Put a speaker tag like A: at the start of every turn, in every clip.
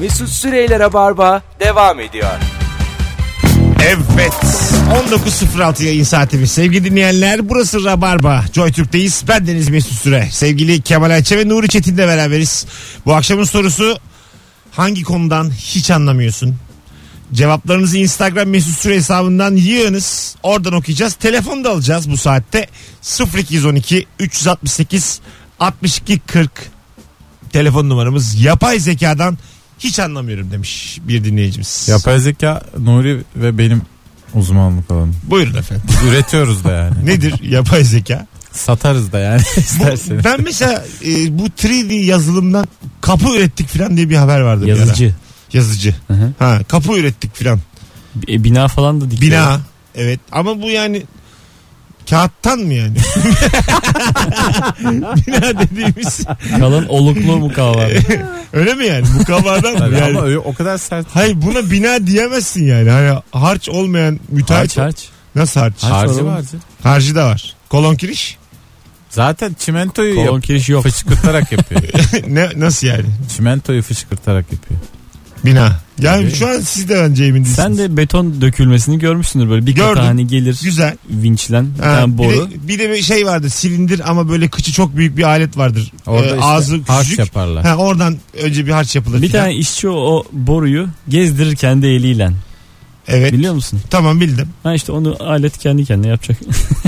A: Mesut Süreyler'e barba devam ediyor.
B: Evet. 19.06 yayın saatimiz. Sevgili dinleyenler burası Rabarba. Joy Türk'teyiz. Ben Deniz Mesut Süre. Sevgili Kemal Ayçe ve Nuri Çetin'le beraberiz. Bu akşamın sorusu hangi konudan hiç anlamıyorsun? Cevaplarınızı Instagram Mesut Süre hesabından yığınız. Oradan okuyacağız. Telefon da alacağız bu saatte. 0212 368 62 40 telefon numaramız. Yapay zekadan hiç anlamıyorum demiş bir dinleyicimiz.
C: Yapay zeka Nuri ve benim uzmanlık alanım.
B: Buyurun efendim.
C: Biz üretiyoruz da yani.
B: Nedir yapay zeka?
C: Satarız da yani
B: Bu-
C: isterseniz.
B: ben mesela e, bu 3D yazılımdan kapı ürettik falan diye bir haber vardı. bir ara.
D: Yazıcı.
B: Yazıcı.
D: Hı hı.
B: Ha, kapı ürettik falan.
D: E, bina falan da dikiyor.
B: Bina. Evet ama bu yani kağıttan mı yani? Bina dediğimiz
D: Kalın oluklu mukavva.
B: öyle mi yani? Bu kabardan
C: Tabii
B: mı yani?
C: Ama öyle, o kadar sert.
B: Hayır buna bina diyemezsin yani. Hani harç olmayan müteahhit.
D: harç harç.
B: Nasıl harç?
D: Harç.
C: Harcı
D: oğlum.
C: harcı.
B: Harcı da var. Kolon kiriş.
C: Zaten çimentoyu
D: Kolon
C: yap-
D: kiriş yok.
C: fışkırtarak yapıyor.
B: ne, nasıl yani?
C: çimentoyu fışkırtarak yapıyor.
B: Bina. Yani
C: Tabii.
B: şu an siz de bence emin değilsiniz.
D: Sen de beton dökülmesini görmüşsündür böyle bir
B: Gördüm.
D: kata hani gelir
B: Güzel.
D: vinçlen bir
B: Ha,
D: tane boru.
B: Bir de, bir de bir şey vardı silindir ama böyle kıçı çok büyük bir alet vardır. Ee,
C: Orada işte
B: ağzı
C: harç
B: küçücük.
C: yaparlar.
B: Ha, oradan önce bir harç yapılır.
D: Bir
B: filan.
D: tane işçi o, o boruyu gezdirir kendi eliyle.
B: Evet.
D: Biliyor musun?
B: Tamam bildim.
D: Ha işte onu alet kendi kendine yapacak.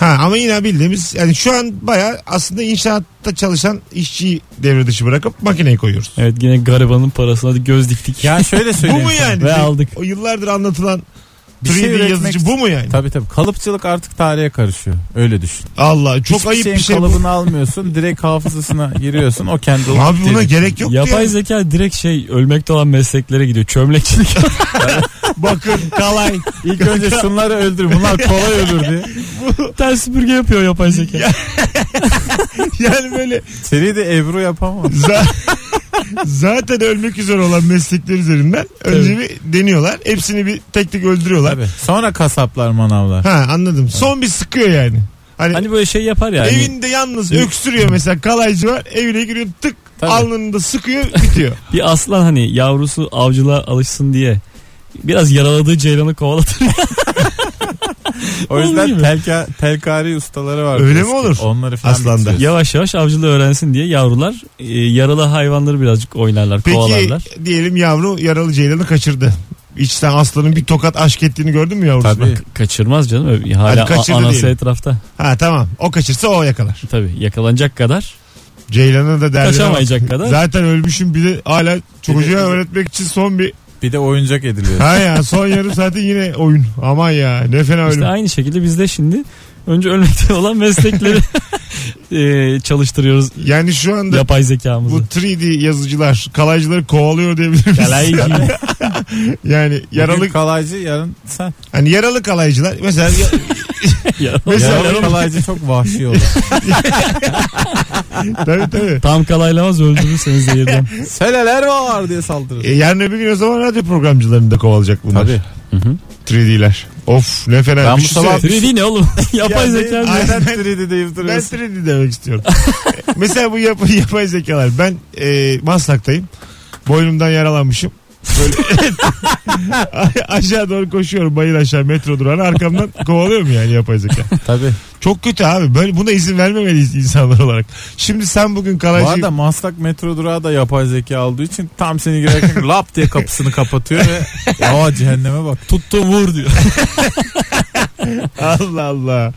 B: Ha ama yine bildiğimiz yani şu an baya aslında inşaatta çalışan işçiyi devre dışı bırakıp makineyi koyuyoruz.
D: evet yine garibanın parasına da göz diktik.
C: Ya şöyle
B: Bu
C: söyleyeyim.
B: mu
C: sana.
B: yani? Şey,
D: Ve aldık.
B: O yıllardır anlatılan
C: Bir
B: 3D
C: şey üretmek
B: yazıcı bu mu yani?
C: Tabii tabii. Kalıpçılık artık tarihe karışıyor. Öyle düşün.
B: Allah çok
C: Hiçbir
B: ayıp
C: şeyin
B: bir şey bu.
C: kalıbını almıyorsun. Direkt hafızasına giriyorsun. O kendi
B: Abi buna
C: Direkt-
B: gerek yok
D: Yapay
B: ya.
D: zeka direkt şey ölmekte olan mesleklere gidiyor. Çömlekçilik.
B: Bakın
D: Kalay.
C: İlk önce şunları öldür. Bunlar kolay ölür diye.
D: Ters süpürge yapıyor yapay zeka.
B: Ya. yani böyle
C: Seni de Ebru yapamam.
B: Za- Zaten ölmek üzere olan meslekler üzerinden önce bir deniyorlar. Hepsini bir tek tek öldürüyorlar.
C: Tabii. Sonra kasaplar manavlar.
B: Ha anladım. Son bir sıkıyor yani. Hani,
D: Hani böyle şey yapar ya. Hani
B: evinde yalnız öksürüyor mesela kalaycı var. Evine giriyor tık
C: Tabii.
B: alnını da sıkıyor bitiyor.
D: bir aslan hani yavrusu avcılığa alışsın diye. Biraz yaraladığı ceylanı kovalatır.
C: O
D: Olur
C: yüzden
D: gibi.
C: telka, telkari ustaları var.
B: Öyle mi
C: Eski.
B: olur?
C: Onları falan
B: Aslanda.
C: bitiriyorsun.
D: yavaş yavaş avcılığı öğrensin diye yavrular e, yaralı hayvanları birazcık oynarlar,
B: Peki
D: kovalarlar.
B: diyelim yavru yaralı ceylanı kaçırdı. Hiç sen aslanın bir tokat aşk ettiğini gördün mü yavrusuna?
C: Tabii.
D: K- kaçırmaz canım. öyle Hala
B: Hadi kaçırdı
D: a- anası
B: diyelim.
D: etrafta.
B: Ha tamam. O kaçırsa o yakalar.
D: Tabii yakalanacak kadar
B: Ceylan'a da derdi.
D: kaçamayacak kadar.
B: Zaten ölmüşüm bir de hala çocuğa öğretmek için son bir
C: Bir de oyuncak ediliyor.
B: Ha ya son yarım saati yine oyun. Aman ya ne fena
D: İşte
B: ölüm.
D: aynı şekilde biz de şimdi önce ölmekte olan meslekleri e, çalıştırıyoruz
B: Yani şu anda
D: yapay
B: bu
D: zekamızı.
B: 3D yazıcılar kalaycıları kovalıyor diyebilir miyiz?
D: Kalay
B: yani yaralı
C: Yaralı kalaycı yarın sen.
B: hani yaralı kalaycılar mesela Mesela
C: Yaralı
B: yaralı-
C: kalaycı çok vahşi olur.
B: tabii tabii.
D: Tam kalaylamaz öldürürseniz zehirden.
C: Seleler var diye saldırır.
B: E, yarın öbür gün o zaman radyo programcılarını da kovalayacak bunlar.
C: Tabii.
D: Hı hı.
B: 3D'ler. Of ne fena.
C: Ben bu
B: Düşünsene,
C: sabah-
D: 3D ne oğlum? yapay
C: Ya
D: zeka.
C: ne-
D: mı?
C: Neden
B: Aynen.
C: 3D deyip
B: Ben
C: duruyorsun?
B: 3D demek istiyorum. E, mesela bu yap- yapay zekalar. Ben e, Maslak'tayım. Boynumdan yaralanmışım. Böyle aşağı doğru koşuyorum bayır aşağı metro durağına arkamdan kovalıyor mu yani yapay zeka?
C: Tabii.
B: Çok kötü abi. Böyle buna izin vermemeliyiz insanlar olarak. Şimdi sen bugün
C: Bu
B: kalaycı
C: arada Maslak metro durağı da yapay zeka aldığı için tam seni girerken lap diye kapısını kapatıyor ve ya cehenneme bak.
D: Tuttu vur diyor.
B: Allah Allah.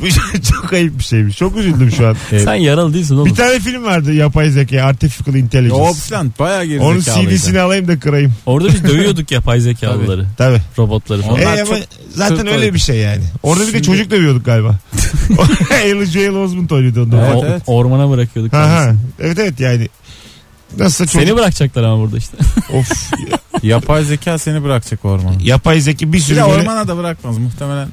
B: Bu şey çok ayıp bir şeymiş. Çok üzüldüm şu an.
C: Evet.
D: Sen yaralı değilsin oğlum.
B: Bir tane film vardı yapay zeka, artificial intelligence.
C: O falan bayağı gerizekalı.
B: Onun CD'sini alayım da kırayım.
D: Orada biz dövüyorduk yapay zekalıları.
B: Tabii.
D: robotları falan.
C: Onlar
B: E, ama
C: çok
B: zaten
C: Türk
B: öyle
C: oyunu.
B: bir şey yani. Orada bir de
C: Şimdi-
B: çocuk dövüyorduk galiba. Ella Joel Osment oynuyordu onda.
C: Evet,
D: O-
C: evet.
D: Ormana bırakıyorduk.
B: Ha, ha.
D: kendisini.
B: Evet evet yani. Nasıl çocuk?
D: Seni bırakacaklar ama burada işte.
B: Of.
C: Yapay zeka seni bırakacak ormana.
B: Yapay zeki bir
C: Bir
B: sürü
C: de
B: böyle-
C: ormana da bırakmaz muhtemelen.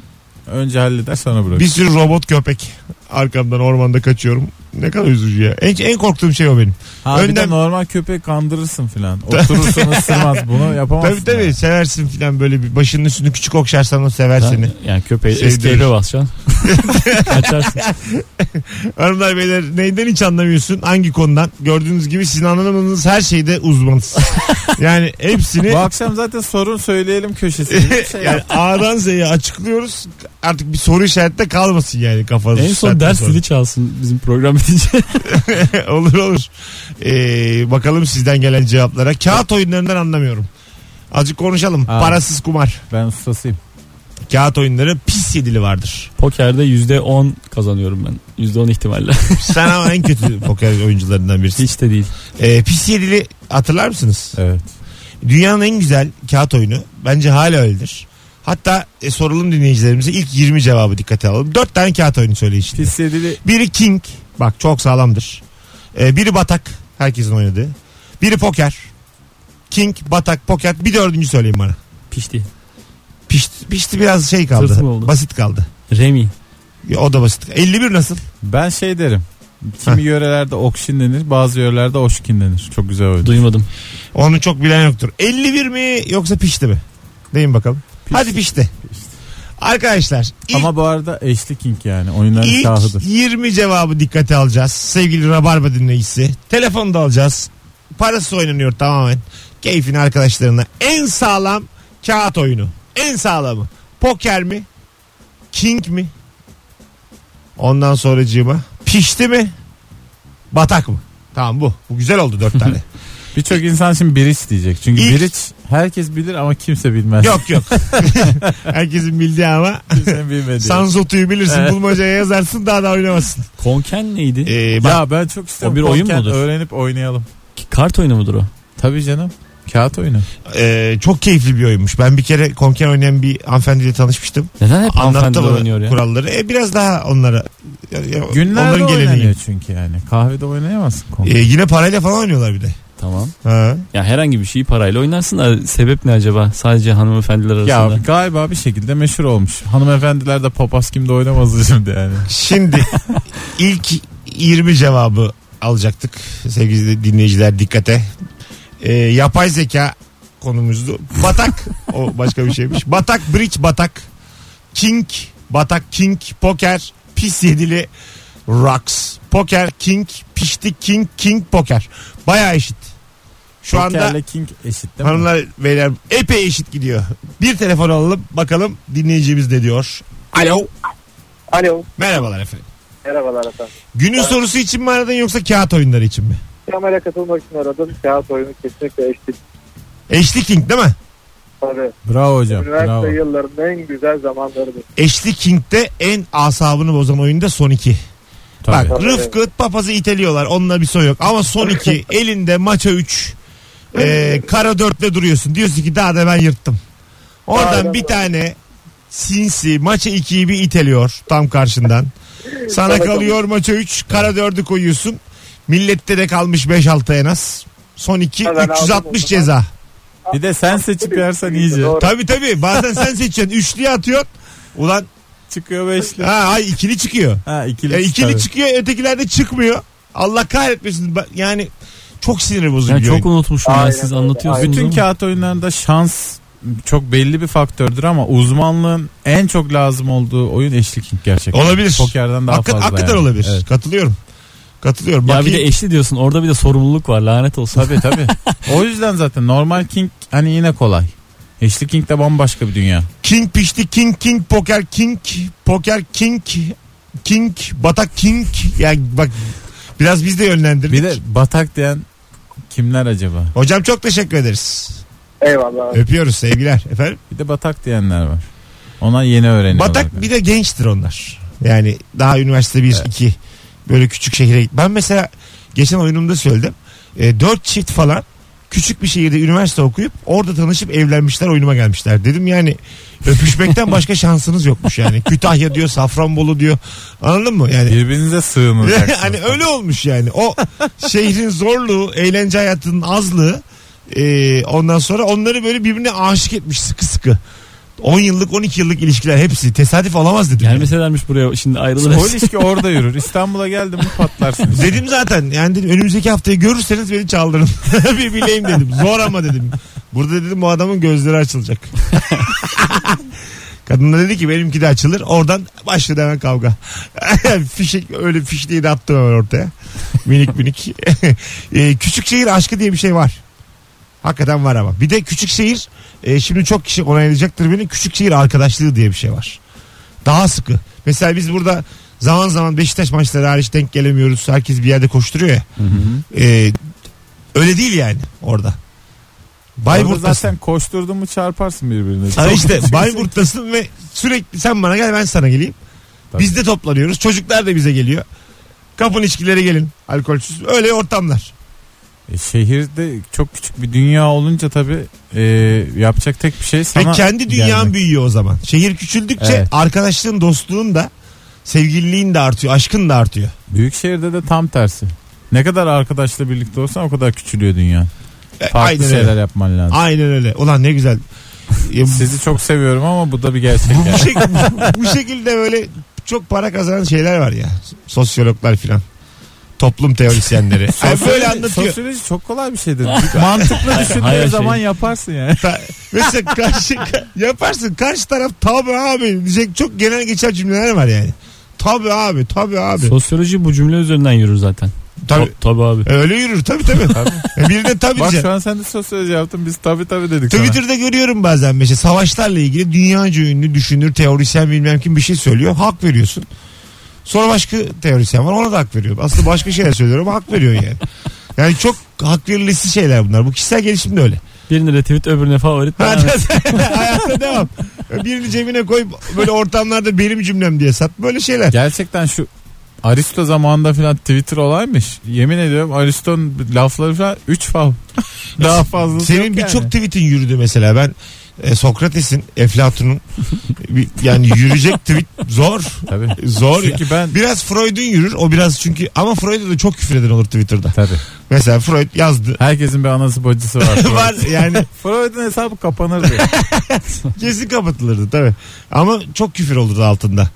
C: Önce halleder sonra bırakır.
B: bir sürü robot köpek. Arkamdan ormanda kaçıyorum. Ne kadar üzücü ya. En, en korktuğum şey o benim.
C: Ha bir de
B: Önden-
C: normal köpek kandırırsın filan. Oturursun ısırmaz. Bunu yapamazsın.
B: Tabii tabii seversin filan böyle bir başının üstünü küçük okşarsan o sever seni.
D: Yani köpeği
B: Şey
D: eski
B: diyoruz.
D: eve basacaksın. Açarsın.
B: Hanımlar beyler neyden hiç anlamıyorsun hangi konudan? Gördüğünüz gibi sizin anlamadığınız her şeyde uzmanız. yani hepsini
C: Bu akşam zaten sorun söyleyelim köşesinde. Şey
B: yani A'dan Z'ye açıklıyoruz. Artık bir soru işareti de kalmasın yani kafanızda.
D: en son ders zili çalsın bizim program bitince.
B: olur olur. Ee, bakalım sizden gelen cevaplara. Kağıt oyunlarından anlamıyorum. Azıcık konuşalım.
C: Aa.
B: Parasız kumar.
C: ben susasıyım.
B: Kağıt oyunları pis yedili vardır.
D: Pokerde %10 kazanıyorum ben. %10 ihtimalle.
B: Sen ama en kötü poker oyuncularından birisin.
D: Hiç de değil.
B: Ee, pis yedili hatırlar mısınız?
C: Evet.
B: Dünyanın en güzel kağıt oyunu. Bence hala öyledir. Hatta e, soralım dinleyicilerimize ilk 20 cevabı dikkate alalım. 4 tane kağıt oyunu söyleyin şimdi.
C: Pis yedili
B: Biri king. Bak çok sağlamdır. Ee, biri batak. Herkesin oynadığı. Biri poker. King, batak, poker. Bir dördüncü söyleyin bana.
D: Pişti.
B: Pişti, pişti biraz şey kaldı.
D: Tırtım oldu.
B: Basit kaldı.
D: Remy.
B: Ya, O da basit. 51 nasıl?
C: Ben şey derim. Kimi yörelerde okşin denir, bazı yörelerde oşkin denir. Çok güzel oydu.
D: Duymadım.
B: Onu çok bilen yoktur. 51 mi yoksa pişti mi? Deyin bakalım.
C: Pişti.
B: Hadi pişti.
C: Pişti.
B: Arkadaşlar ilk,
C: Ama bu arada eşli king yani. Oyunların
B: ilk
C: şahıdır.
B: 20 cevabı dikkate alacağız. Sevgili Rabarba dinleyicisi. Telefonu da alacağız. Parası oynanıyor tamamen. Keyfini arkadaşlarına. En sağlam kağıt oyunu. En sağlamı. Poker mi? King mi? Ondan sonracığıma. Pişti mi? Batak mı? Tamam bu. Bu güzel oldu dört tane.
C: Birçok insan şimdi bridge diyecek. Çünkü
B: İlk-
C: bridge herkes bilir ama kimse bilmez.
B: yok yok. Herkesin bildiği ama
C: Kimsenin bilmediği.
B: Sanzotu'yu bilirsin.
C: Evet.
B: Bulmacaya yazarsın daha da oynamazsın.
D: Konken neydi?
B: Ee, bak,
C: Ya ben çok istiyorum.
D: O bir oyun
C: Korken
D: mudur?
C: Öğrenip oynayalım.
D: Kart oyunu mudur o?
C: Tabii canım. Kağıt oyunu.
B: e, çok keyifli bir oyunmuş. Ben bir kere konken oynayan bir hanımefendiyle tanışmıştım.
D: Neden hep
B: Anlattı
D: hanımefendiler
B: bana
D: oynuyor ya?
B: kuralları. E, biraz daha onlara ya- ya-
C: Günlerde
B: onların geleneği.
C: oynanıyor çünkü yani. Kahvede oynayamazsın. Kong.
B: E, yine parayla falan oynuyorlar bir de.
D: Tamam.
B: Ha.
D: Ya herhangi bir şeyi parayla oynarsın da sebep ne acaba? Sadece hanımefendiler
C: ya
D: arasında.
C: galiba bir şekilde meşhur olmuş. Hanımefendiler de papaz kimde oynamaz şimdi yani.
B: Şimdi ilk 20 cevabı alacaktık sevgili dinleyiciler dikkate. Ee, yapay zeka konumuzdu. Batak o başka bir şeymiş. Batak bridge batak king batak king poker pis yedili rocks poker king pişti king king poker. Baya eşit. Şu anda
C: Pokerle king eşit değil mi?
B: hanımlar beyler epey eşit gidiyor. Bir telefon alalım bakalım dinleyicimiz ne diyor. Alo.
E: Alo.
B: Merhabalar efendim.
E: Merhabalar efendim.
B: Günün sorusu için mi aradın yoksa kağıt oyunları için mi?
E: Kamera katılmak için aradım. Kağıt oyunu kesinlikle eşlik.
B: Eşlik King değil mi?
E: Tabii.
C: Bravo hocam.
E: Üniversite
C: Bravo.
E: yıllarının en güzel zamanlarıdır.
B: Eşlik King'de en asabını bozan oyunda son iki.
C: Tabii.
B: Bak
E: Tabii.
B: Rıfkı papazı iteliyorlar. Onunla bir sorun yok. Ama son iki elinde maça üç. e, kara dörtte duruyorsun. Diyorsun ki daha da ben yırttım. Oradan
E: Aynen
B: bir
E: öyle.
B: tane sinsi maça ikiyi bir iteliyor tam karşından. Sana
E: Sana
B: kalıyor maça üç. Kara dördü koyuyorsun. Millette de kalmış 5-6 en az. Son iki
E: Ha, ben aldım
B: 360
E: o zaman.
B: ceza.
C: Bir de sen seçip yersen iyice.
E: Doğru.
B: Tabii tabii. Bazen sen seçiyorsun. Üçlüye atıyorsun. Ulan
C: Çıkıyor beşli.
B: ha ay ikili çıkıyor.
C: Ha ikili,
B: Ya E, ikili
C: tabii.
B: çıkıyor, ötekiler de çıkmıyor. Allah kahretmesin. Ben- Yani çok sinir bozucu
D: Ya
B: bir
D: çok
B: oyun.
D: unutmuşum ya
E: Aynen
D: siz
E: öyle.
D: anlatıyorsunuz.
C: Bütün
D: ama.
C: kağıt oyunlarında şans çok belli bir faktördür ama uzmanlığın en çok lazım olduğu oyun eşlik gerçekten.
B: Olabilir.
C: Pokerden daha
B: Hakik-
C: fazla.
B: hakikaten
C: yani.
B: olabilir.
C: Evet.
B: Katılıyorum. Katılıyorum.
D: Ya
B: Bakayım.
D: bir de eşli diyorsun orada bir de sorumluluk var lanet olsun.
C: Tabii tabii. o yüzden zaten normal king hani yine kolay. Eşlik king de bambaşka bir dünya.
B: King pişti, king king poker king, poker king, king batak king. Yani bak biraz biz de yönlendirdik.
C: Bir de batak diyen kimler acaba?
B: Hocam çok teşekkür ederiz.
E: Eyvallah.
B: Öpüyoruz sevgiler efendim.
C: Bir de batak diyenler var. Ona yeni öğreniyorlar.
B: Batak bir de gençtir onlar. Yani daha üniversite 1 2 böyle küçük şehire. Ben mesela geçen oyunumda söyledim. 4 çift falan küçük bir şehirde üniversite okuyup orada tanışıp evlenmişler oyunuma gelmişler. Dedim yani öpüşmekten başka şansınız yokmuş yani. Kütahya diyor, Safranbolu diyor. Anladın mı? Yani
C: Birbirinize sığınacaksınız.
B: hani öyle olmuş yani. O şehrin zorluğu, eğlence hayatının azlığı e, ondan sonra onları böyle birbirine aşık etmiş sıkı sıkı. 10 yıllık 12 yıllık ilişkiler hepsi tesadüf olamaz dedim.
D: Gelmeselermiş buraya şimdi ayrılır.
C: O ilişki orada yürür. İstanbul'a geldim mi patlarsın.
B: Dedim zaten yani dedim, önümüzdeki haftayı görürseniz beni çaldırın. bir bileyim dedim. Zor ama dedim. Burada dedim bu adamın gözleri açılacak. Kadın da dedi ki benimki de açılır. Oradan başladı hemen kavga. Fişek öyle fişliği de attım hemen ortaya. Minik minik. e, küçük şehir aşkı diye bir şey var. Hakikaten var ama. Bir de küçük şehir e, şimdi çok kişi onaylayacaktır beni. Küçük şehir arkadaşlığı diye bir şey var. Daha sıkı. Mesela biz burada zaman zaman Beşiktaş maçları hariç denk gelemiyoruz. Herkes bir yerde koşturuyor ya. E, öyle değil yani orada.
C: Orada
B: Bayburt'tasın.
C: zaten koşturdun mu çarparsın birbirine.
B: Ha işte Bayburt'tasın ve sürekli sen bana gel ben sana geleyim.
C: Tabii.
B: Biz de toplanıyoruz. Çocuklar da bize geliyor. Kapın içkilere gelin. Alkolsüz. Öyle ortamlar.
C: E, şehirde çok küçük bir dünya olunca tabii e, yapacak tek bir şey sana
B: ve kendi dünyan
C: gelmek.
B: büyüyor o zaman. Şehir küçüldükçe
C: Evet.
B: arkadaşlığın, dostluğun da sevgililiğin de artıyor, aşkın da artıyor.
C: Büyük şehirde de tam tersi. Ne kadar arkadaşla birlikte olsan o kadar küçülüyor dünya.
B: E,
C: Farklı
B: aynen
C: şeyler
B: öyle.
C: yapman lazım.
B: Aynen öyle. Ulan ne güzel. Ya,
C: Sizi çok seviyorum ama bu da bir gerçek
B: bu, bu
C: yani.
B: şek- bu şekilde böyle çok para kazanan şeyler var ya. Sosyologlar filan. Toplum teorisyenleri. Ay, böyle anlatıyor. şey-
C: Sosyoloji çok kolay bir şeydir. Mantıklı
D: Hayal
C: düşündüğün zaman
D: şeyi.
C: yaparsın yani.
B: Ta- mesela karşı ka- yaparsın karşı taraf tabi abi diyecek çok genel geçer cümleler var yani. Tabi abi tabi abi.
D: Sosyoloji bu cümle üzerinden yürür zaten.
B: tabi. E,
D: Ta- tabii abi.
B: Öyle yürür tabi tabi. Birine tabi
C: Bak şu
B: diyeceksin.
C: an sen de sosyoloji yaptın biz tabii tabii dedik sana.
B: Twitter'da görüyorum bazen mesela savaşlarla ilgili dünyaca ünlü düşünür teorisyen bilmem kim bir şey söylüyor. Hak veriyorsun. Sonra başka teorisyen var ona da hak veriyor. Aslında başka şeyler söylüyor ama hak veriyor yani. Yani çok hak verilisi şeyler bunlar. Bu kişisel gelişim de öyle.
D: Birine retweet öbürüne favori.
B: Ha, Hayata devam. Birini cebine koyup böyle ortamlarda benim cümlem diye sat. Böyle şeyler.
C: Gerçekten şu Aristo zamanında filan Twitter olaymış. Yemin ediyorum Aristo'nun lafları falan 3 fav. Daha fazla
B: Senin birçok tweetin yürüdü mesela. Ben e, Sokrates'in, Eflatun'un bir- yani yürüyecek tweet zor.
C: Tabii.
B: Zor. ya.
C: Çünkü ben
B: Biraz Freud'un yürür. O biraz çünkü ama Freud'a da çok küfür eden olur Twitter'da.
C: tabii.
B: Mesela Freud yazdı.
C: Herkesin bir anası bacısı var.
B: Var yani
C: Freud'un hesabı kapanırdı.
B: kesin kapatılırdı tabii. Ama çok küfür olurdu altında.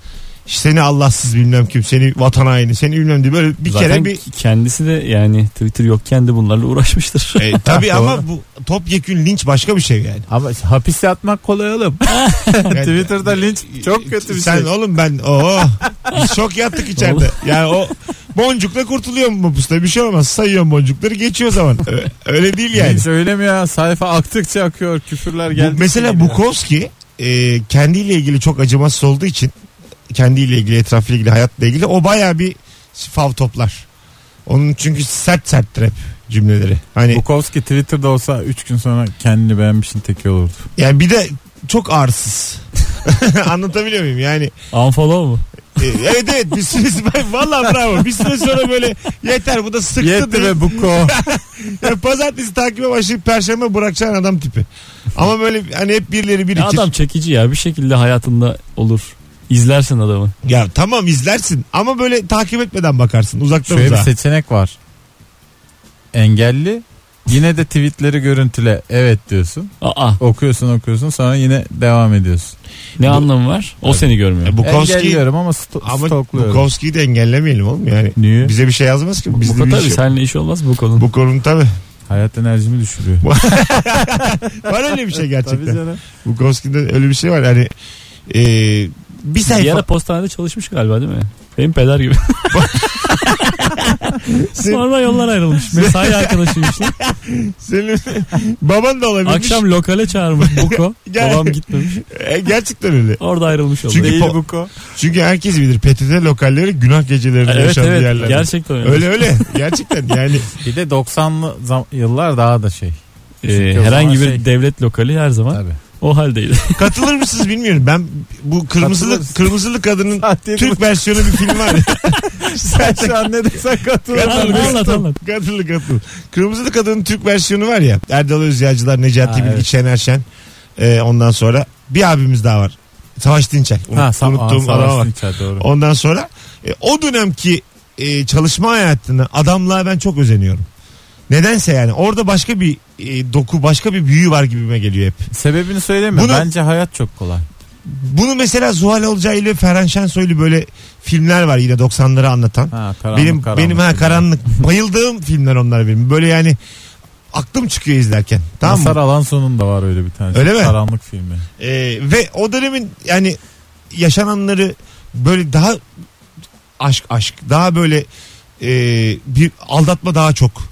B: İşte seni Allahsız bilmem kim, seni vatan haini, seni bilmem diye böyle bir
D: Zaten
B: kere bir
D: kendisi de yani Twitter yokken de bunlarla uğraşmıştır.
B: E, tabii ama bu topyekün linç başka bir şey yani.
C: Ama hapis yatmak kolay oğlum.
B: Yani-
C: Twitter'da linç çok kötü bir
B: Sen
C: şey.
B: oğlum ben o biz çok yattık içeride. Yani o boncukla kurtuluyor mu pusta bir şey olmaz. Sayıyorum boncukları geçiyor zaman. Ö- Öyle değil yani.
C: Linç öyle mi ya? Sayfa aktıkça akıyor. Küfürler geldi.
B: Bu, mesela Bukowski e, kendiyle ilgili çok acımasız olduğu için kendiyle ilgili etrafıyla ilgili hayatla ilgili o baya bir fav toplar. Onun çünkü sert serttir hep cümleleri. Hani
C: Bukowski Twitter'da olsa 3 gün sonra kendini beğenmişin teki olurdu.
B: yani bir de çok arsız. Anlatabiliyor muyum? Yani
D: Unfollow mu?
B: Ee, evet evet bir süre valla bravo bir süre sonra böyle yeter bu da sıktı
C: Yetti
B: diye.
C: be Buko.
B: Yani pazartesi takibe başlayıp perşembe bırakacağın adam tipi ama böyle hani hep birileri
D: Ya
B: birikir
D: adam çekici ya bir şekilde hayatında olur. İzlersin adamı.
B: ya tamam izlersin ama böyle takip etmeden bakarsın uzaktan
C: Şöyle bir
B: uzağa
C: seçenek var. Engelli. Yine de tweetleri görüntüle evet diyorsun.
D: Aa
C: Okuyorsun okuyorsun sonra yine devam ediyorsun.
D: ne anlamı var? O seni görmüyor.
B: E, Bukowski
C: Engelliyorum ama, sto-
B: ama
C: stokluyorum.
B: Bukowski'yi de engellemeyelim oğlum yani
C: Niye?
B: bize bir şey yazmaz ki
D: Bu
B: bizde
D: kadar
B: bir
D: tabii
B: şey yok.
D: seninle iş olmaz bu konu.
B: bu konum tabi.
C: Hayat enerjimi düşürüyor.
B: Var öyle bir şey
C: Tabii
B: gerçekten.
C: canım.
B: Bukowski'de öyle bir şey var. Hani e, bir
D: Bir
B: sayfa
D: ara postanede çalışmış galiba değil mi? Benim peder gibi. Sonra yollar ayrılmış. Mesai arkadaşıymış. lan.
B: senin baban da olabilir.
D: Akşam lokale çağırmış Buko.
B: Gel.
D: Babam gitmemiş.
B: E, gerçekten öyle.
D: Orada ayrılmış oldu.
B: Çünkü
D: Değil
B: po-
D: bu-
B: Çünkü herkes bilir PTT lokalleri günah gecelerinde
D: Evet
B: yaşandığı
D: evet
B: yerler.
D: gerçekten öyle.
B: Öyle öyle. Gerçekten yani
C: Bir de 90'lı zam- yıllar daha da şey.
D: Ee,
C: Çünkü o
D: herhangi bir
C: zaman şey-
D: devlet lokali her zaman
C: Tabii.
D: o haldeydi.
B: katılır mısınız bilmiyorum. Ben bu kırmızılı
C: Katılırız.
B: kırmızılı kadının Türk versiyonu bir film var.
C: sen şu an ne desen
D: Anlat, anlat anlat.
B: katılı katılı. Kırmızılı kadının Türk versiyonu var ya. Erdal Özyağcılar, Necati
C: Ha,
B: Bilgi,
C: evet.
B: Şener Şen. Ee, ondan sonra bir abimiz daha var. Savaş Dinçer. Unut-
C: Ha, sa-
B: unuttuğum
C: aa,
B: adama bak.
C: savaştın içeride, doğru.
B: Ondan sonra e, o dönemki e, çalışma hayatını adamlığa ben çok özeniyorum. Nedense yani orada başka bir e, doku başka bir büyü var gibime geliyor hep.
C: Sebebini söyleme.
B: Bunu-
C: Bence hayat çok kolay.
B: Bunu mesela Zuhal Olcay ile Ferhan Şensoylu böyle filmler var yine 90'ları anlatan.
C: Ha, karanlık,
B: benim
C: karanlık.
B: benim ha karanlık bayıldığım filmler onlar benim. Böyle yani aklım çıkıyor izlerken. Tamam mı?
C: Masar Alanso'nun da var öyle bir tanesi.
B: Öyle mi?
C: Karanlık filmi.
B: Ee, ve o dönemin yani yaşananları böyle daha aşk aşk daha böyle e, bir aldatma daha çok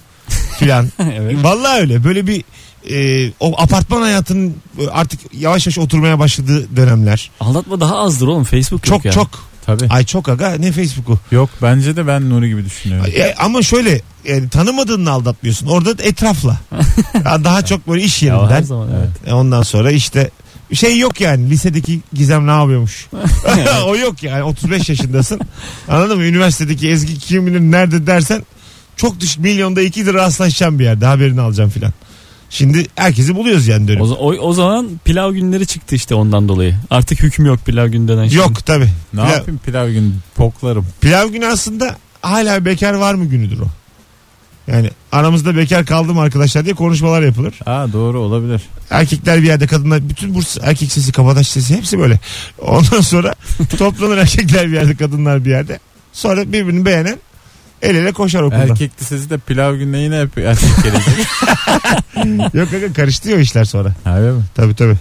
B: filan.
D: evet.
B: Vallahi öyle böyle bir e, o apartman hayatının artık yavaş yavaş oturmaya başladığı dönemler.
D: Aldatma daha azdır oğlum Facebook yok
B: Çok
D: ya.
B: çok.
C: Tabii.
B: Ay çok aga ne Facebook'u.
C: Yok bence de ben Nuri gibi düşünüyorum.
B: E, ama şöyle yani tanımadığını aldatmıyorsun. Orada da etrafla. Ya daha çok böyle iş
D: Ya her
B: yerinden.
D: zaman
C: Evet.
D: evet.
B: E, Ondan sonra işte şey yok yani lisedeki Gizem ne yapıyormuş. o yok yani 35 yaşındasın. Anladın mı? Üniversitedeki Ezgi kim bilir nerede dersen çok düşük milyonda 2 lira rastlaşacağım bir yerde haberini alacağım filan. Şimdi herkesi buluyoruz yani dönüp.
D: O, za- o- o zaman pilav günleri çıktı işte ondan dolayı. Artık hüküm yok pilav günü denen şey.
B: Yok tabi.
C: Ne
B: Pilav-
C: yapayım pilav günü poklarım.
B: Pilav günü aslında hala bekar var mı günüdür o. Yani aramızda bekar kaldım arkadaşlar diye konuşmalar yapılır.
C: Ha doğru olabilir.
B: Erkekler bir yerde kadınlar bütün bu erkek sesi kabadaş sesi hepsi böyle. Ondan sonra toplanır erkekler bir yerde kadınlar bir yerde. Sonra birbirini beğenen el ele koşar okuldan.
C: Erkek lisesi de pilav gününe yine hep erkek gelecek.
B: Yok kanka karıştı ya o işler sonra.
C: Abi mi?
B: Tabii tabii.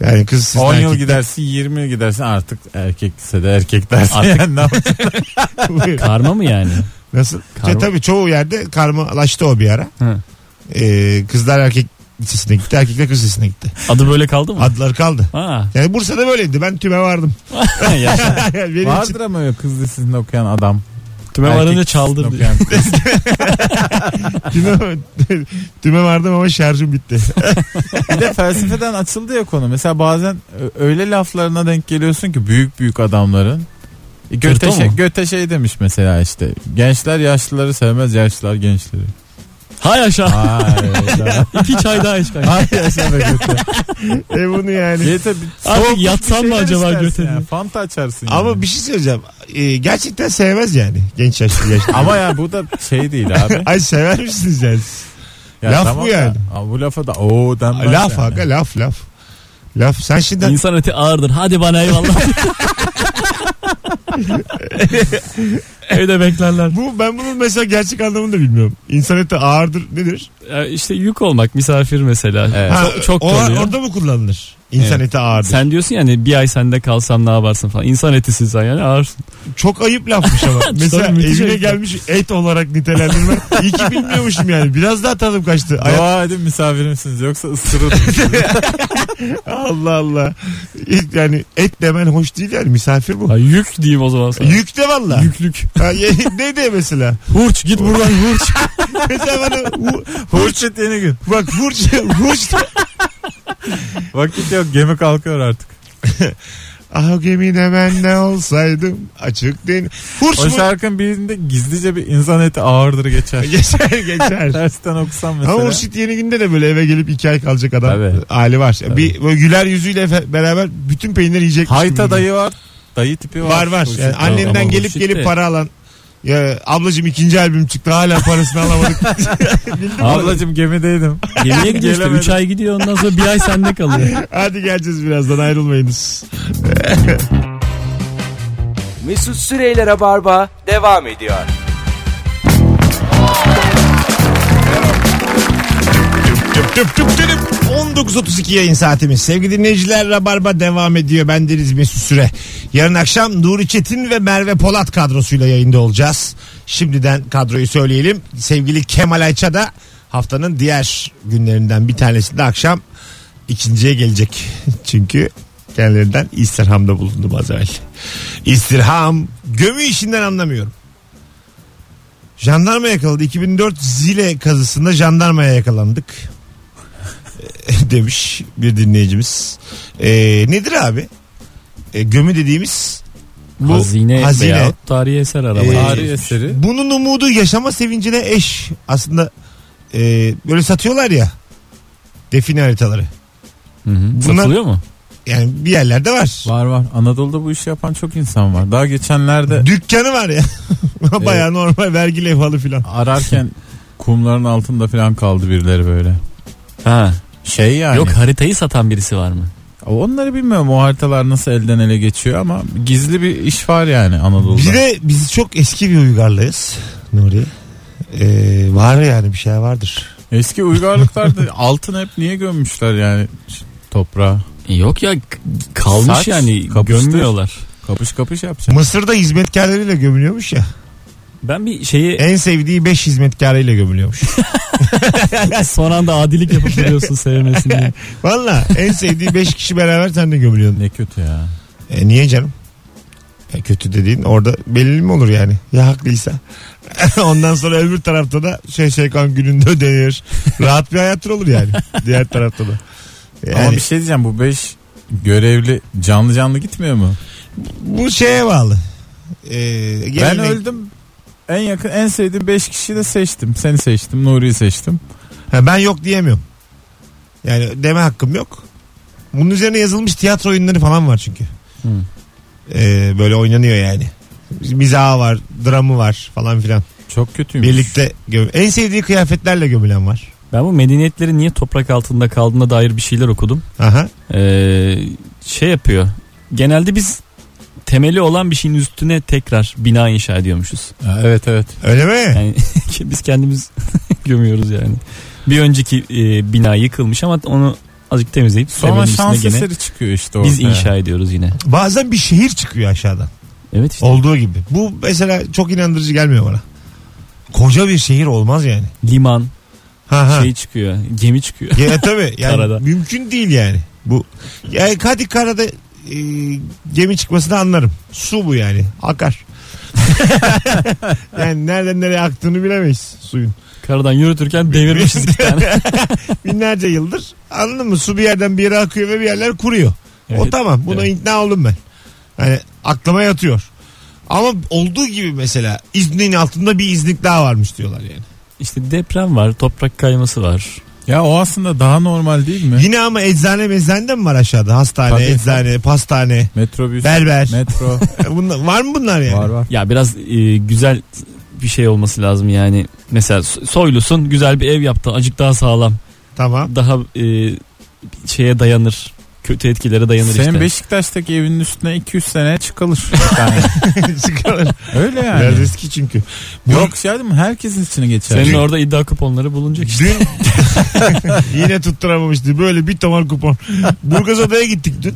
B: Yani kız siz
C: 10
B: erkek.
C: yıl gidersin 20 yıl gidersin artık erkek lisede erkek dersin. Yani ne yapacaksın?
B: Buyur.
D: Karma mı yani?
B: Nasıl?
D: Karma.
B: Ya tabii çoğu yerde karmalaştı o bir ara.
D: Hı.
B: Ee, kızlar erkek lisesine gitti. Erkekler kız lisesine gitti.
D: Adı böyle kaldı mı?
B: Adlar kaldı.
D: Ha.
B: Yani Bursa'da böyleydi. Ben tüme vardım.
D: ya,
B: Yani benim için-
C: Vardır ama yok kız lisesinde okuyan adam.
D: tüme
C: erkek
D: varınca
C: lisesinde
D: çaldır diye.
C: okuyan kız.
B: tüme, tüme vardım ama şarjım bitti.
C: Bir de felsefeden açıldı ya konu. Mesela bazen ö- öyle laflarına denk geliyorsun ki büyük büyük adamların. E, Göte
D: Tırtıl
C: şey,
D: mı?
C: göte şey demiş mesela işte. Gençler yaşlıları sevmez yaşlılar gençleri.
D: Hay aşağı.
C: Ay,
D: İki çay daha iç kanka.
C: Ay yaşa be göte.
B: e bunu yani.
C: Göte bir
D: Abi
C: soğuk bir
D: yatsan mı
C: şeyler
D: acaba
C: istersin
D: göte
C: ya.
D: diye.
C: Fanta açarsın. yani.
B: Ama bir şey söyleyeceğim. Ee, gerçekten sevmez yani genç yaşlı yaşlı.
C: Ama ya bu da şey değil abi.
B: Ay sever misiniz yani?
C: Ya
B: Laf
C: tamam
B: bu yani.
C: da, Ama bu lafa da o denmez.
B: laf
C: yani.
B: aga laf laf. Laf sen şimdi
D: İnsan eti ağırdır. Hadi bana eyvallah. Evde beklerler.
B: bu ben bunun mesela gerçek anlamını da bilmiyorum. İnsan eti ağırdır nedir?
D: Ya işte yük olmak misafir mesela.
C: Evet.
B: Ha,
D: Çok, çok
B: o-
D: kalıyor.
B: orada mı kullanılır? İnsan eti ağırdır.
D: Sen diyorsun yani bir ay sende kalsam ne yaparsın falan. İnsan eti sizden yani ağırsın.
B: Çok ayıp lafmış ama. mesela
D: Tabii, müthiş
B: evine
D: ayıp.
B: gelmiş et olarak nitelendirme. İyi ki bilmiyormuşum yani. Biraz daha tadım kaçtı. Ay-
C: Dua edin misafirimsiniz yoksa ısırırım. sizi.
B: Allah Allah. Yani et demen hoş değil yani misafir bu.
D: Ha, yük diyeyim o zaman sana.
B: Yük de valla.
D: Yüklük.
B: Ha, ye- ne de mesela?
D: Hurç git buradan hurç.
B: Mesela bana hu-
C: Hurçit yeni gün.
B: Bak Burç, Burç da-
C: Vakit yok gemi kalkıyor artık.
B: Ah o gemide ben ne olsaydım açık değil. Burç
C: O
B: mu?
C: şarkının birinde gizlice bir insan eti ağırdır geçer.
B: Geçer geçer.
C: Tersten okusam mesela.
B: Ama Urşit yeni günde de böyle eve gelip iki ay kalacak adam
C: Tabii.
B: hali var. Bir böyle güler yüzüyle efe- beraber bütün peyniri yiyecek.
C: Hayta dayı var. Dayı tipi var.
B: Var var. Yani
C: Urşit'te.
B: annenden
D: Ama
B: gelip
D: Urşit
B: gelip
D: de-
B: para alan. Ya, ablacım ikinci albüm çıktı hala parasını alamadık.
C: Ablacım gemideydim.
D: Gemiye gidiyor işte.
C: Gelemedim.
D: 3 ay gidiyor ondan sonra bir ay sende kalıyor.
B: Hadi geleceğiz birazdan ayrılmayınız.
A: Mesut Süreyler'e barba devam ediyor.
B: Tüp tüp tüp tüp. 19.32 yayın saatimiz. Sevgili dinleyiciler Rabarba devam ediyor. Ben Deniz Mesut Süre. Yarın akşam Nuri Çetin ve Merve Polat kadrosuyla yayında olacağız. Şimdiden kadroyu söyleyelim. Sevgili Kemal Ayça da haftanın diğer günlerinden bir tanesinde akşam ikinciye gelecek. Çünkü kendilerinden istirhamda bulundum az evvel. İstirham gömü işinden anlamıyorum. Jandarma yakaladı. 2004 Zile kazısında jandarmaya yakalandık. Demiş bir dinleyicimiz. Ee, nedir abi? Ee, gömü dediğimiz bu
D: hazine,
B: hazine.
D: veyahut tarihi eser araba.
B: Ee,
C: Tarih eseri.
B: bunun umudu yaşama sevincine eş. Aslında e, böyle satıyorlar ya define haritaları.
D: Hı hı.
B: bunlar-
D: Satılıyor mu?
B: Yani bir yerlerde var.
C: Var var. Anadolu'da bu işi yapan çok insan var. Daha geçenlerde
B: Dükkanı var ya. Baya normal vergi levhalı filan.
C: ararken kumların altında falan kaldı birileri böyle.
D: Ha.
C: Şey yani.
D: Yok haritayı satan birisi var mı?
C: Onları bilmiyorum o haritalar nasıl elden ele geçiyor ama gizli bir iş var yani Anadolu'da.
B: Bir de biz çok eski bir uygarlığız Nuri. Ee, var yani bir şey vardır.
C: Eski uygarlıklarda altın hep niye gömmüşler yani toprağa?
D: Yok ya k- kalmış
C: Saç,
D: yani
C: kapıştır.
D: gömmüyorlar.
C: Kapış kapış yapacak.
B: Mısır'da hizmetkarlarıyla gömülüyormuş ya.
D: Ben bir şeyi
B: En sevdiği 5 hizmetkarıyla gömülüyormuş.
D: son anda adilik yapıp duruyorsun sevmesin diye.
B: Valla en sevdiği 5 kişi beraber sen de gömülüyorsun.
C: Ne kötü ya.
B: E, niye canım? E, kötü dediğin orada belli mi olur yani? Ya haklıysa. Ondan sonra öbür tarafta da şey şeykan gününde ödenir. Rahat bir hayatın olur yani. Diğer tarafta da. E, Yani
C: Ama bir şey diyeceğim bu 5 görevli canlı canlı gitmiyor mu?
B: bu şeye bağlı. E,
C: Ben
B: gelenek-
C: öldüm. En yakın en sevdiğim 5 kişiyi de seçtim. Seni seçtim, Nuri'yi seçtim.
B: Ha, ben yok diyemiyorum. Yani deme hakkım yok. Bunun üzerine yazılmış tiyatro oyunları falan var çünkü.
C: Hı.
B: Ee, böyle oynanıyor yani. Mizahı var, dramı var falan filan.
C: Çok kötüymüş.
B: Birlikte göm- en sevdiği kıyafetlerle gömülen var.
D: Ben bu medeniyetlerin niye toprak altında kaldığına dair bir şeyler okudum.
B: Aha.
D: Ee, şey yapıyor. Genelde biz temeli olan bir şeyin üstüne tekrar bina inşa ediyormuşuz.
C: Ha, Evet evet.
B: Öyle mi?
D: Yani biz kendimiz gömüyoruz yani. Bir önceki e, bina yıkılmış ama onu azıcık temizleyip
C: Sonra
D: temelin üstüne
C: şans
D: gene
C: eseri çıkıyor işte ortaya.
D: biz inşa ediyoruz yine.
B: Bazen bir şehir çıkıyor aşağıdan.
D: Evet işte.
B: Olduğu gibi. Bu mesela çok inandırıcı gelmiyor bana. Koca bir şehir olmaz yani.
D: Liman
B: Ha ha.
D: şey çıkıyor. Gemi çıkıyor.
B: Ya e, tabii yani
D: Karada.
B: mümkün değil yani. Bu yani hadi karada e, gemi çıkmasını anlarım. Su bu yani. Akar. yani nereden nereye aktığını bilemeyiz suyun.
D: Karadan yürütürken devirmişiz bir tane.
B: Binlerce yıldır anladın mı? Su bir yerden bir yere akıyor ve bir yerler kuruyor. O
D: Evet.
B: tamam. Buna
D: Evet.
B: ikna oldum ben. Hani aklıma yatıyor. Ama olduğu gibi mesela İznik'in altında bir İznik daha varmış diyorlar yani.
D: İşte deprem var, toprak kayması var.
C: Ya o aslında daha normal değil mi?
B: Yine ama eczane mezane de mi var aşağıda? Hastane,
C: Tabii.
B: eczane, pastane,
C: Metrobüs,
B: berber.
C: metro
B: Bunlar, var mı bunlar yani?
C: var var.
D: Ya biraz e, güzel bir şey olması lazım yani. Mesela so- soylusun, güzel bir ev yaptı, acık daha sağlam,
B: Tamam.
D: daha e, şeye dayanır, kötü etkilere dayanır
C: Senin
D: işte.
C: Beşiktaş'taki evinin üstüne 200 sene çıkılır. bir tane.
B: Çıkarın.
C: Öyle yani.
B: Biraz eski çünkü. Bu-
C: Yok şey değil mi? Herkesin içine geçer.
D: Senin orada iddia kuponları bulunacak işte.
B: Dün yine tutturamamıştı. Böyle bir tomar kupon. Burgaz Oda'ya gittik dün.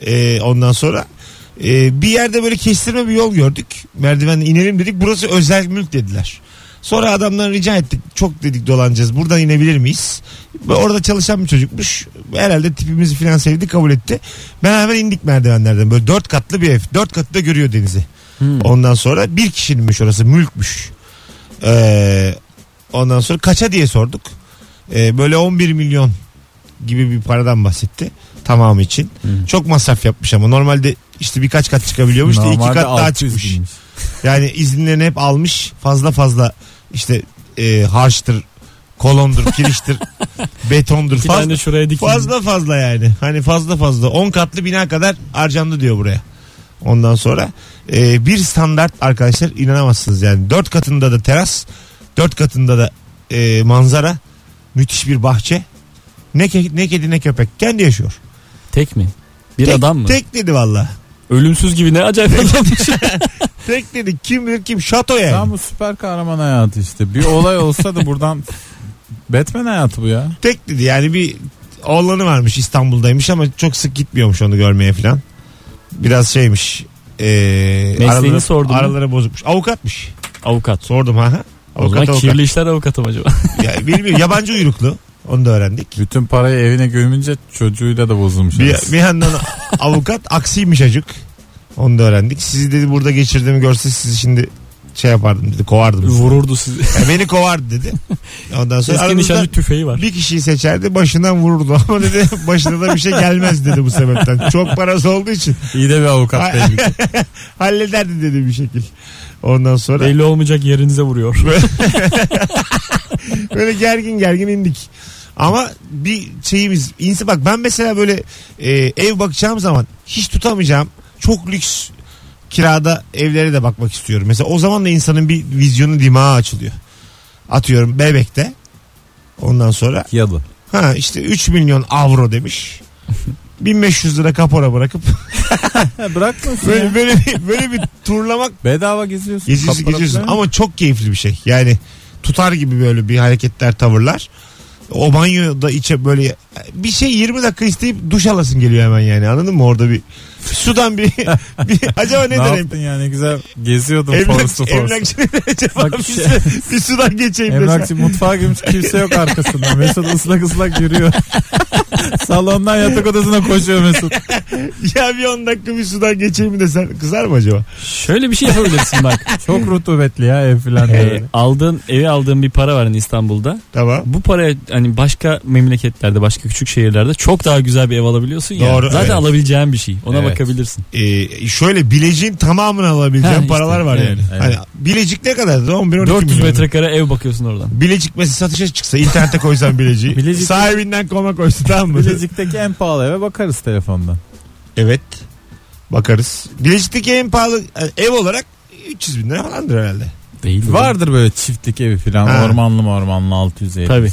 B: Ee, ondan sonra ee, bir yerde böyle kestirme bir yol gördük. Merdivenle inelim dedik. Burası özel mülk dediler. Sonra adamdan rica ettik. Çok dedik dolanacağız. Buradan inebilir miyiz? Ve Orada çalışan bir çocukmuş. Herhalde tipimizi filan sevdi kabul etti. Beraber indik merdivenlerden. Böyle dört katlı bir ev. Dört katlı da görüyor denizi. Ondan sonra bir kişininmiş orası mülkmüş. Ee, ondan sonra kaça diye sorduk. Ee, böyle 11 milyon gibi bir paradan bahsetti. Tamamı için.
D: Hı.
B: Çok masraf yapmış ama normalde işte birkaç kat çıkabiliyormuş da iki
C: Normalde
B: kat daha
C: 600
B: çıkmış.
C: binmiş.
B: Yani izinlerini hep almış. Fazla fazla işte e, harçtır, kolondur, kiriştir, betondur.
D: İki
B: Fazla,
D: tane şuraya dikin.
B: fazla fazla yani. Hani fazla fazla. 10 katlı bina kadar harcandı diyor buraya. Ondan sonra e, bir standart arkadaşlar inanamazsınız yani. 4 katında da teras, 4 katında da e, manzara, müthiş bir bahçe. Ne, ke- ne kedi ne köpek kendi yaşıyor.
D: Tek mi? Bir
B: tek,
D: adam mı?
B: Tek dedi valla.
D: Ölümsüz gibi ne acayip adammış.
B: Tek dedi kim bilir kim şato yani.
C: Tam bu süper kahraman hayatı işte. Bir olay olsa da buradan Batman hayatı bu ya.
B: Tek dedi yani bir oğlanı varmış İstanbul'daymış ama çok sık gitmiyormuş onu görmeye falan. Biraz şeymiş. E,
D: Mesleğini sordun mu?
B: Araları bozukmuş. Avukatmış.
D: Avukat.
B: Sordum ha. ha.
D: O zaman
B: Avukat avukat.
D: kirli işler avukatım acaba.
B: Ya, bilmiyorum. Yabancı uyruklu. Onu da öğrendik.
C: Bütün parayı evine gömünce çocuğuyla da bozulmuş.
B: Bir,
C: arası.
B: bir yandan avukat aksiymiş acık. Onu da öğrendik. Sizi dedi burada geçirdiğimi görse sizi şimdi şey yapardım dedi kovardım. sizi.
D: Vururdu sizi.
B: Ya beni kovardı dedi. Ondan sonra
D: Eski
B: aramızda
D: nişancı tüfeği var.
B: bir kişiyi seçerdi başından vururdu ama dedi başına da bir şey gelmez dedi bu sebepten. Çok parası olduğu için
C: İyi de bir avukat belli. ki.
B: hallederdi dedi bir şekil. Ondan sonra
D: Belli olmayacak yerinize vuruyor.
B: Böyle gergin gergin indik. Ama bir şeyimiz insi bak ben mesela böyle e, ev bakacağım zaman hiç tutamayacağım çok lüks kirada evlere de bakmak istiyorum. Mesela o zaman da insanın bir vizyonu dimağı açılıyor. Atıyorum Bebek'te. Ondan sonra
C: Yalı.
B: ha işte 3 milyon avro demiş. 1500 lira kapora bırakıp
C: Ha, bırakmasın ya.
B: böyle, böyle, bir, böyle bir turlamak
C: Bedava geziyorsun.
B: geziyorsun
C: Kapıda
B: geziyorsun.
C: falan.
B: Ama çok keyifli bir şey. Yani tutar gibi böyle bir hareketler tavırlar. O banyoda içe böyle bir şey 20 dakika isteyip duş alasın geliyor hemen yani anladın mı orada bir sudan bir, bir acaba ne
C: ne
B: derim
C: yaptın yani güzel geziyordum forstu
B: Emlakçı,
C: forstu.
B: emlakçı ne acaba
D: Bak
B: bir,
D: şey-
B: su- bir sudan geçeyim
C: Emlakçı mutfağa girmiş kimse yok arkasında. Mesut ıslak ıslak yürüyor. Salondan yatak odasına koşuyor Mesut.
B: desen. Ya bir 10 dakika bir sudan geçeyim mi desen kızar mı acaba?
D: Şöyle bir şey yapabilirsin bak.
C: Çok rutubetli ya ev filan.
D: Ee, aldığın evi aldığın bir para var hani İstanbul'da.
B: Tamam.
D: Bu paraya hani başka memleketlerde, başka küçük şehirlerde çok daha güzel bir ev alabiliyorsun ya.
B: Doğru,
D: Zaten
B: evet.
D: alabileceğin bir şey. Ona
C: Evet.
D: bakabilirsin.
B: Ee, şöyle bileciğin tamamını alabileceğin
D: Ha, işte.
B: paralar var
D: Evet,
B: yani.
C: evet.
B: Hani bilecik ne kadar? 11 12
D: 400
B: milyon.
D: metrekare ev bakıyorsun oradan.
B: Bilecik mesela satışa çıksa internete koysan bileciği.
C: Bilecik-
B: Sahibinden koma koysa tamam mı?
C: Bilecik'teki en pahalı eve bakarız telefondan.
B: Evet. Bakarız. Bilecik'teki en pahalı e, ev olarak 300 bin lira falandır herhalde.
D: Değil
C: Vardır böyle çiftlik evi filan.
B: Ha.
C: Ormanlı ormanlı 600 ev.
D: Tabii.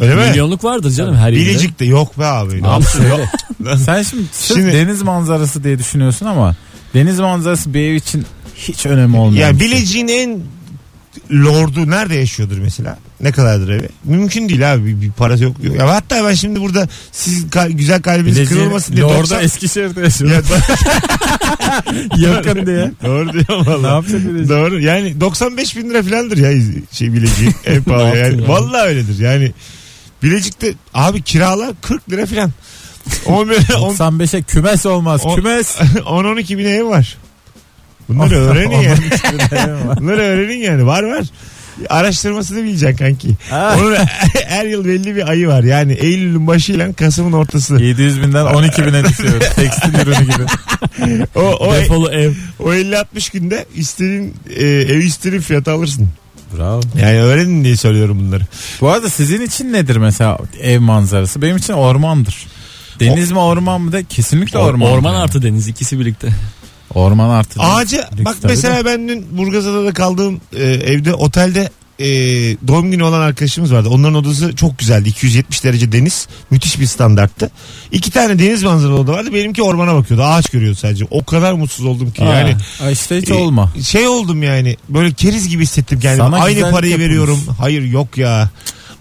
B: Öyle mi?
D: Milyonluk vardır canım her yerde.
B: Bilecik'te yok be abi.
D: Abi şöyle.
C: Sen şimdi, sırf
B: Şimdi-
C: deniz manzarası diye düşünüyorsun ama deniz manzarası bir ev için hiç önemi olmuyor.
B: Ya Bilecik'in en lordu nerede yaşıyordur mesela? Ne kadardır evi? Mümkün değil abi bir, bir parası yok. yok. Ya hatta ben şimdi burada siz ka- güzel kalbiniz kırılmasın diye
C: Lorda
B: 90...
C: Eskişehir'de yaşıyor.
B: Ya,
C: Yakın diye.
B: doğru diyor
C: ne
B: valla.
C: yapacak Bilecik?
B: Doğru yani 95 bin lira filandır ya iz- şey Bilecik'in en pahalı
D: Ne yaptın
B: yani.
D: ya?
B: Valla öyledir yani. Bilecik'te abi kiralar 40 lira filan. 10-12
C: 95'e kümes olmaz.
B: On-
C: Kümes.
B: bin ev var. Bunları öğrenin yani. Bunları öğrenin yani var var. Araştırmasını bileceksin kanki.
C: Ha.
B: Onun her yıl belli bir ayı var. Yani Eylül'ün başıyla Kasım'ın ortası.
C: 700 binden 12 bine düşüyor. Tekstil ürünü gibi.
B: O, o,
D: Defolu ev.
B: o 50-60 günde istediğin e, evi istediğin fiyata alırsın.
C: Bravo.
B: Yani öğrenin diye söylüyorum bunları.
C: Bu arada sizin için nedir mesela ev manzarası? Benim için ormandır. Deniz mi orman mı de kesinlikle
D: Orman,
C: orman. yani.
D: artı deniz ikisi birlikte.
C: Orman artı. deniz.
B: Ağaca
C: Lüks
B: bak
C: tabii
B: mesela ben dün Burgazada'da kaldığım e, evde otelde e, doğum günü olan arkadaşımız vardı. Onların odası çok güzeldi. 270 derece deniz. Müthiş bir standarttı. İki tane deniz manzaralı oda vardı. Benimki ormana bakıyordu. Ağaç görüyordu sadece. O kadar mutsuz oldum ki yani.
C: Aa, işte hiç
B: e,
C: olma.
B: Şey oldum yani. Böyle keriz gibi hissettim kendimi.
C: Sana
B: Aynı
C: güzellik
B: parayı
C: yapılmış.
B: veriyorum. Hayır yok ya.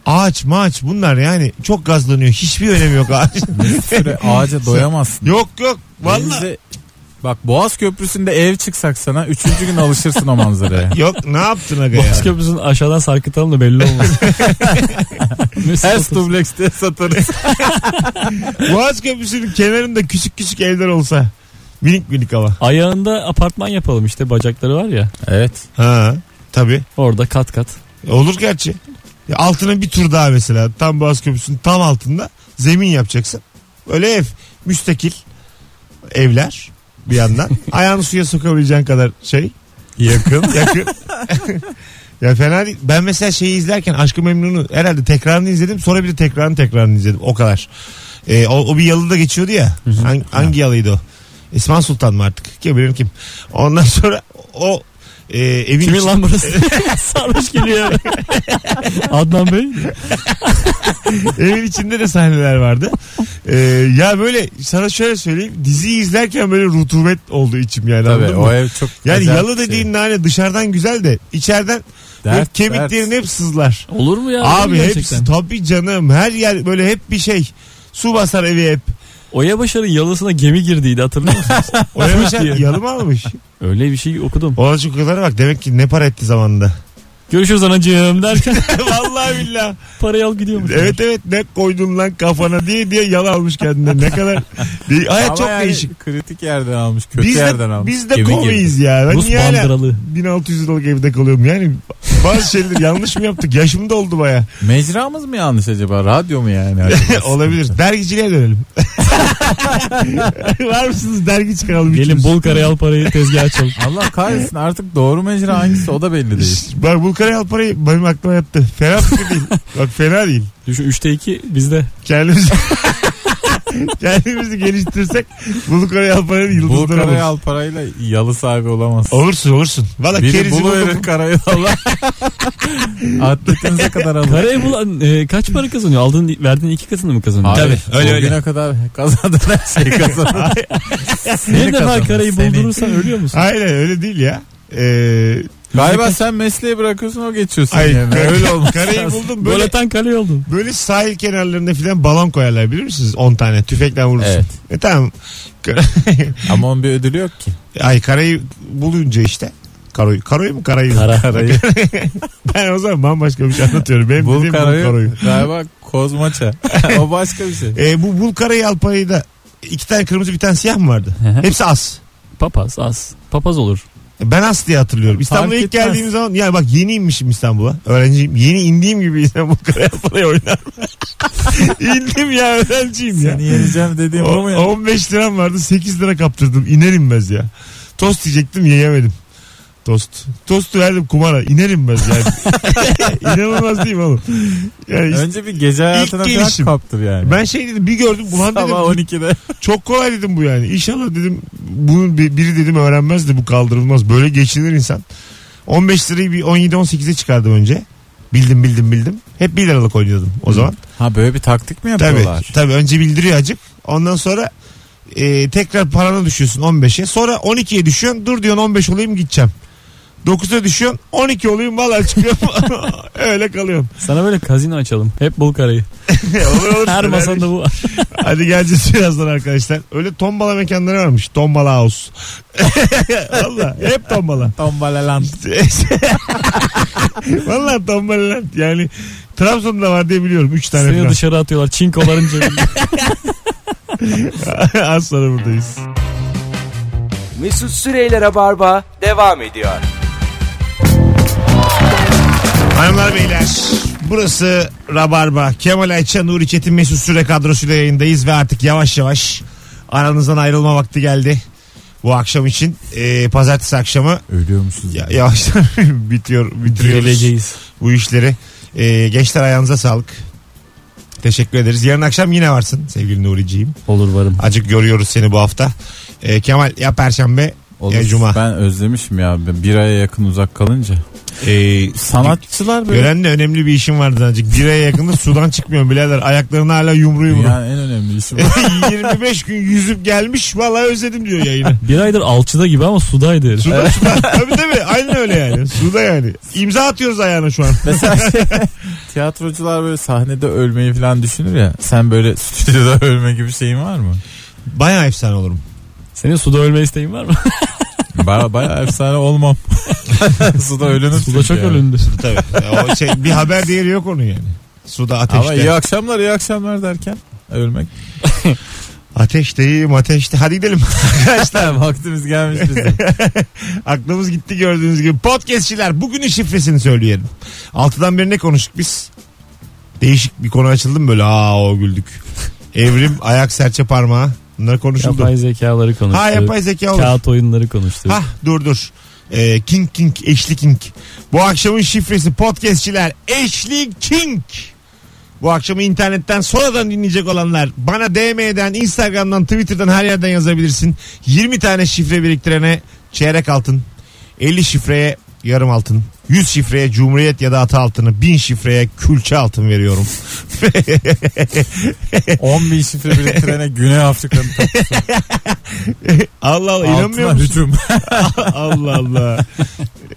B: Ağaç maç bunlar yani çok gazlanıyor. Hiçbir önemi yok ağaç.
C: Süre ağaca doyamazsın.
B: yok yok. Vallahi
C: Denize- Bak Boğaz Köprüsü'nde ev çıksak sana üçüncü gün alışırsın o manzaraya.
B: Yok ne yaptın aga ya?
D: Boğaz Köprüsü'nü aşağıdan sarkıtalım da belli olmaz. Mesut
C: Her
D: otursun.
C: dubleks diye satarız.
B: Boğaz Köprüsü'nün kenarında küçük küçük evler olsa. Minik minik ama.
D: Ayağında apartman yapalım işte bacakları var ya.
C: evet.
B: Ha, tabii.
D: Orada kat kat.
B: E, Olur gerçi. Ya Altına bir tur daha mesela. Tam Boğaz Köprüsü'nün tam altında zemin yapacaksın. Öyle ev. Müstakil evler bir yandan. Ayağını suya sokabileceğin kadar şey.
C: Yakın.
B: Yakın. ya fena değil. Ben mesela şeyi izlerken Aşkı Memnun'u herhalde tekrarını izledim. Sonra bir de tekrarını tekrarını izledim. O kadar. Ee, o, o bir yalıda geçiyordu ya. Hang- hangi yalıydı o? İsmail Sultan mı artık? Kim bilir kim. Ondan sonra o e, evin içi-
D: Kimin lan burası? Sarhoş geliyor. Adnan Bey.
B: evin içinde de sahneler vardı. Ee, ya böyle sana şöyle söyleyeyim. Diziyi izlerken böyle rutubet oldu içim yani.
C: Tabii
B: anladın
C: o
B: mı?
C: ev çok
B: Yani
C: acayip
B: yalı
C: bir şey.
B: dediğin nane dışarıdan güzel de içeriden böyle
C: Dert,
B: kemiklerin hep sızlar.
D: Olur mu ya? Olur mu
B: Abi
D: gerçekten?
B: hepsi tabii canım. Her yer böyle hep bir şey. Su basar evi hep.
D: Oya Başar'ın yalısına gemi girdiydi hatırlıyor musun?
B: O yaşar yalım almış.
D: Öyle bir şey okudum.
B: Ona şu kadar bak demek ki ne para etti zamanında.
D: Görüşürüz anacığım derken
B: Vallahi billahi.
D: parayı al gidiyormuş.
B: Evet evet ne koydun lan kafana diye diye yalan almış kendine. Ne kadar. Bir, hayat
C: Ama
B: çok
C: yani
B: değişik.
C: Kritik yerden almış, kötü
B: Biz
C: yerden
B: de,
C: almış.
B: biz de
C: Gemi
B: komiyiz ya. Ben
D: Rus
B: niye hala
D: bandıralı.
B: 1600 liralık evde kalıyorum yani. Bazı şeyleri yanlış mı yaptık? Yaşım da oldu baya.
C: gibi. Mecramız mı yanlış acaba? Radyo mu yani? acaba?
B: Olabilir. Dergiciliğe dönelim. Var mısınız dergi çıkaralım.
D: Gelin
B: üçümüz.
D: bol karayal parayı tezgaha açalım.
C: Allah kahretsin artık doğru mecra hangisi o da belli değil.
B: Bak bu karayal parayı benim aklıma yattı. Fena fikir değil. Bak fena değil.
D: Düşün 3'te 2 bizde.
B: Kendimiz Kendimizi geliştirsek Bulu Karayalpa'nın
C: Bu
B: yıldızları oluruz.
C: karayal parayla yalı sahibi olamaz.
B: Olursun olursun. Valla
C: Biri
B: kerizim
C: buluverir
B: oldu.
C: karayala. Atletinize kadar alır.
D: Parayı bulan e, kaç para kazanıyor? Aldığın verdiğin iki katını mı kazanıyor?
C: Abi,
B: Tabii, öyle,
C: o güne kadar kazandın her şeyi kazandın.
D: Bir defa
F: kazanır,
D: karayı
F: seni.
D: buldurursan ölüyor musun?
B: Aynen öyle değil ya. Ee,
C: Galiba sen mesleği bırakıyorsun o geçiyorsun
B: ay,
C: yani. Öyle olmuş.
B: Karayı buldum
D: Böyle... Gol
B: böyle
D: atan kale oldun.
B: Böyle sahil kenarlarına falan balon koyarlar bilir misiniz? 10 tane tüfekle vurursun.
C: Evet.
B: E tamam.
C: Ama onun bir ödülü yok ki.
B: Ay karayı bulunca işte. Karoyu. Karoyu mu karayı? mı?
C: Karayı.
B: Ben o zaman bambaşka bir şey anlatıyorum. Benim
C: Bul
B: dediğim bul karoyu.
C: karayı. Galiba kozmaça. o başka bir şey.
B: E, bu bul karayı alpayı da iki tane kırmızı bir tane siyah mı vardı?
D: Hı hı.
B: Hepsi as.
D: Papaz az. Papaz olur.
B: E, Ben as diye hatırlıyorum. İstanbul'a ilk
D: etmez.
B: geldiğim zaman ya bak yeni inmişim İstanbul'a. Öğrenciyim. Yeni indiğim gibi İstanbul Karayalpa'yı oynar. İndim ya öğrenciyim ya.
C: Seni yeneceğim dediğim o, mu ya?
B: O- 15 liram vardı 8 lira kaptırdım iner inmez ya. Tost yiyecektim yiyemedim. Tost. Tostu verdim kumara iner inmez yani. İnanılmaz değil mi oğlum? Yani işte
C: Önce bir gece hayatına
B: İlk
C: falan
B: gelişim.
C: kaptır yani.
B: ben şey dedim bir gördüm ulan dedim
C: Sabah 12'de.
B: çok kolay dedim bu yani. İnşallah dedim bunun bir- biri dedim öğrenmez de bu kaldırılmaz. Böyle geçinir insan. 15 lirayı bir 17-18'e çıkardım önce. Bildim bildim bildim. Hep 1 liralık oynuyordum o zaman.
C: Ha böyle bir taktik mi
B: Tabii,
C: yapıyorlar?
B: tabii önce bildiriyor acık. Ondan sonra e, tekrar parana düşüyorsun 15'e. Sonra 12'ye düşüyorsun. Dur diyorsun 15 olayım gideceğim. 9'a düşüyorsun 12 olayım valla çıkıyorum. Öyle kalıyorum.
D: Sana böyle kazino açalım. Hep bul karayı.
B: Olur, olur.
D: Her masanda bu var.
B: Hadi geleceğiz birazdan arkadaşlar. Öyle tombala mekanları varmış. Tombala house. valla hep tombala.
C: Tombalalan.
B: valla tombala lan. yani Trabzon'da var diye biliyorum 3 tane
D: Seni
B: falan.
D: dışarı atıyorlar. Çinkoların cebinde.
B: Az sonra buradayız.
A: Mesut Süreyler'e barba devam ediyor.
B: Hanımlar beyler burası Rabarba. Kemal Ayça, Nuri Çetin, Mesut Süre kadrosuyla yayındayız ve artık yavaş yavaş aranızdan ayrılma vakti geldi. Bu akşam için Ee, pazartesi akşamı
C: Ölüyor musunuz?
B: ya- yavaştan bitiyor, bitiriyoruz bu işleri. Ee, gençler ayağınıza sağlık. Teşekkür ederiz. Yarın akşam yine varsın sevgili Nuri'ciğim.
D: Olur varım.
B: Acık görüyoruz seni bu hafta. Ee, Kemal ya perşembe
C: Olur.
B: ya cuma.
C: Ben özlemişim ya. Ben Bir aya yakın uzak kalınca.
B: Ee,
C: Sanatçılar böyle.
B: Gören de önemli bir işim vardı azıcık. Biraya yakında sudan çıkmıyorum birader. Ayaklarını hala yumru yumru.
C: Dünyanın en önemli işi bu.
B: 25 gün yüzüp gelmiş. Vallahi özledim diyor yayını.
D: Bir aydır alçıda gibi ama sudaydı herif.
B: Suda, suda. Tabii tabii. Aynen öyle yani. Suda yani. İmza atıyoruz ayağına şu an.
C: Mesela şey, tiyatrocular böyle sahnede ölmeyi falan düşünür ya. Sen böyle stüdyoda ölme gibi şeyin var mı?
B: Bayağı efsane olurum.
D: Senin suda ölme isteğin var mı?
C: Baya baya efsane olmam. Suda ölünür.
D: suda
B: şey
D: çok
C: ölün.
D: ölündü.
B: Tabii. O şey, bir haber değeri yok onun yani. Suda
C: Ama iyi
B: ateşte.
C: akşamlar iyi akşamlar derken ölmek.
B: Ateşteyim ateşte. Hadi gidelim.
C: Arkadaşlar vaktimiz gelmiş bizim.
B: Aklımız gitti gördüğünüz gibi. Podcastçiler bugünün şifresini söyleyelim. Altıdan beri ne konuştuk biz? Değişik bir konu açıldı mı böyle? Aa o güldük. Evrim, ayak serçe parmağı. Bunlar konuşuldu.
D: Yapay zekaları konuştuk.
B: ha yapay zeka olur.
D: Kağıt oyunları konuştuk.
B: Ha dur dur. Ee, king King Eşli King. Bu akşamın şifresi podcastçiler Eşli King. Bu akşamı internetten sonradan dinleyecek olanlar bana DM'den, Instagram'dan, Twitter'dan her yerden yazabilirsin. 20 tane şifre biriktirene çeyrek altın, 50 şifreye yarım altın, 100 şifreye cumhuriyet ya da ata altını, 1000 şifreye külçe altın veriyorum.
C: 10 bin şifre biriktirene Güney Afrika'nın
B: Allah Allah inanmıyor
C: altına
B: musun?
C: hücum.
B: Allah Allah.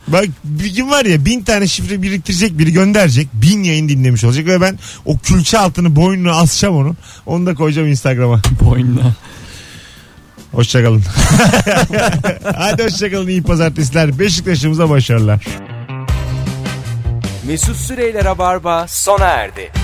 B: Bak bir gün var ya bin tane şifre biriktirecek biri gönderecek. Bin yayın dinlemiş olacak ve ben o külçe altını boynuna asacağım onu. Onu da koyacağım Instagram'a.
D: Boynuna.
B: Hoşçakalın. Hadi hoşçakalın iyi pazartesiler. Beşiktaş'ımıza başarılar.
A: Mesut Süreyler'e barba sona erdi.